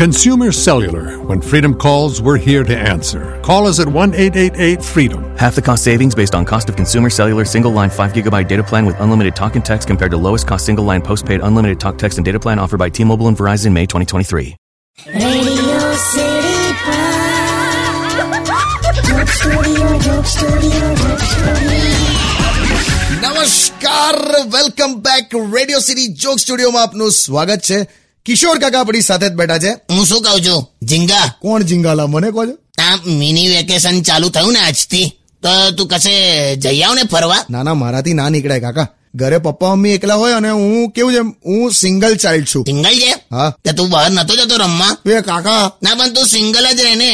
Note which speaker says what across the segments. Speaker 1: Consumer Cellular. When freedom calls, we're here to answer. Call us at 1 888 freedom.
Speaker 2: Half the cost savings based on cost of consumer cellular single line 5 gigabyte data plan with unlimited talk and text compared to lowest cost single line postpaid unlimited talk text and data plan offered by T-Mobile and Verizon May 2023.
Speaker 3: Radio City Pod. Joke Studio, Joke Studio, Joke
Speaker 4: નમસ્કાર welcome back radio city joke સ્ટુડિયોમાં આપનું સ્વાગત છે કિશોર કાકા આપણી સાથે જ બેઠા છે
Speaker 5: હું શું કહું છું ઝીંગા
Speaker 4: કોણ જિંગાલા મને કહો છો
Speaker 5: આ મિની વેકેશન ચાલુ થયું ને આજથી તો તું કશે જઈ આવ ને ફરવા
Speaker 4: ના ના મારાથી ના નીકળાય કાકા ઘરે પપ્પા મમ્મી એકલા હોય અને હું કેવું છે હું સિંગલ ચાઇલ્ડ છું
Speaker 5: સિંગલ છે
Speaker 4: હા.
Speaker 5: તે તું બહાર નતો જતો રમવા
Speaker 4: એ કાકા
Speaker 5: ના પણ તું સિંગલ જ રહે ને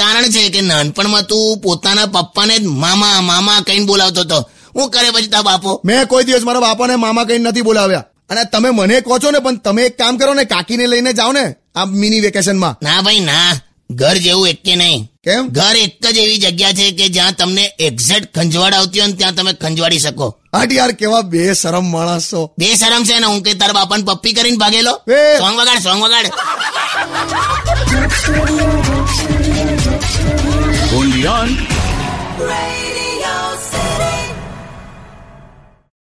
Speaker 5: કારણ છે કે નાનપણમાં તું પોતાના પપ્પાને જ મામા મામા કહીને બોલાવતો હતો હું કરે પછી તારા બાપો
Speaker 4: મેં કોઈ દિવસ મારા બાપાને મામા કહીને નથી બોલાવ્યા અને તમે મને કહો છો ને પણ તમે એક કામ કરો ને કાકીને લઈને જાઓ ને આ મિની વેકેશનમાં
Speaker 5: ના ભાઈ ના ઘર જેવું એકે નહીં
Speaker 4: કેમ
Speaker 5: ઘર એક જ એવી જગ્યા છે કે જ્યાં તમને એક્ઝેક્ટ ખંજવાડ આવતી હોય ને ત્યાં તમે ખંજવાડી શકો
Speaker 4: આટ યાર કેવા બે શરમ માણસ છો
Speaker 5: બે શરમ છે ને હું કે તારા બાપાને પપ્પી કરીને ભાગેલો
Speaker 4: એ!
Speaker 5: સોંગ વગાડ સોંગ વગાડ
Speaker 3: Radio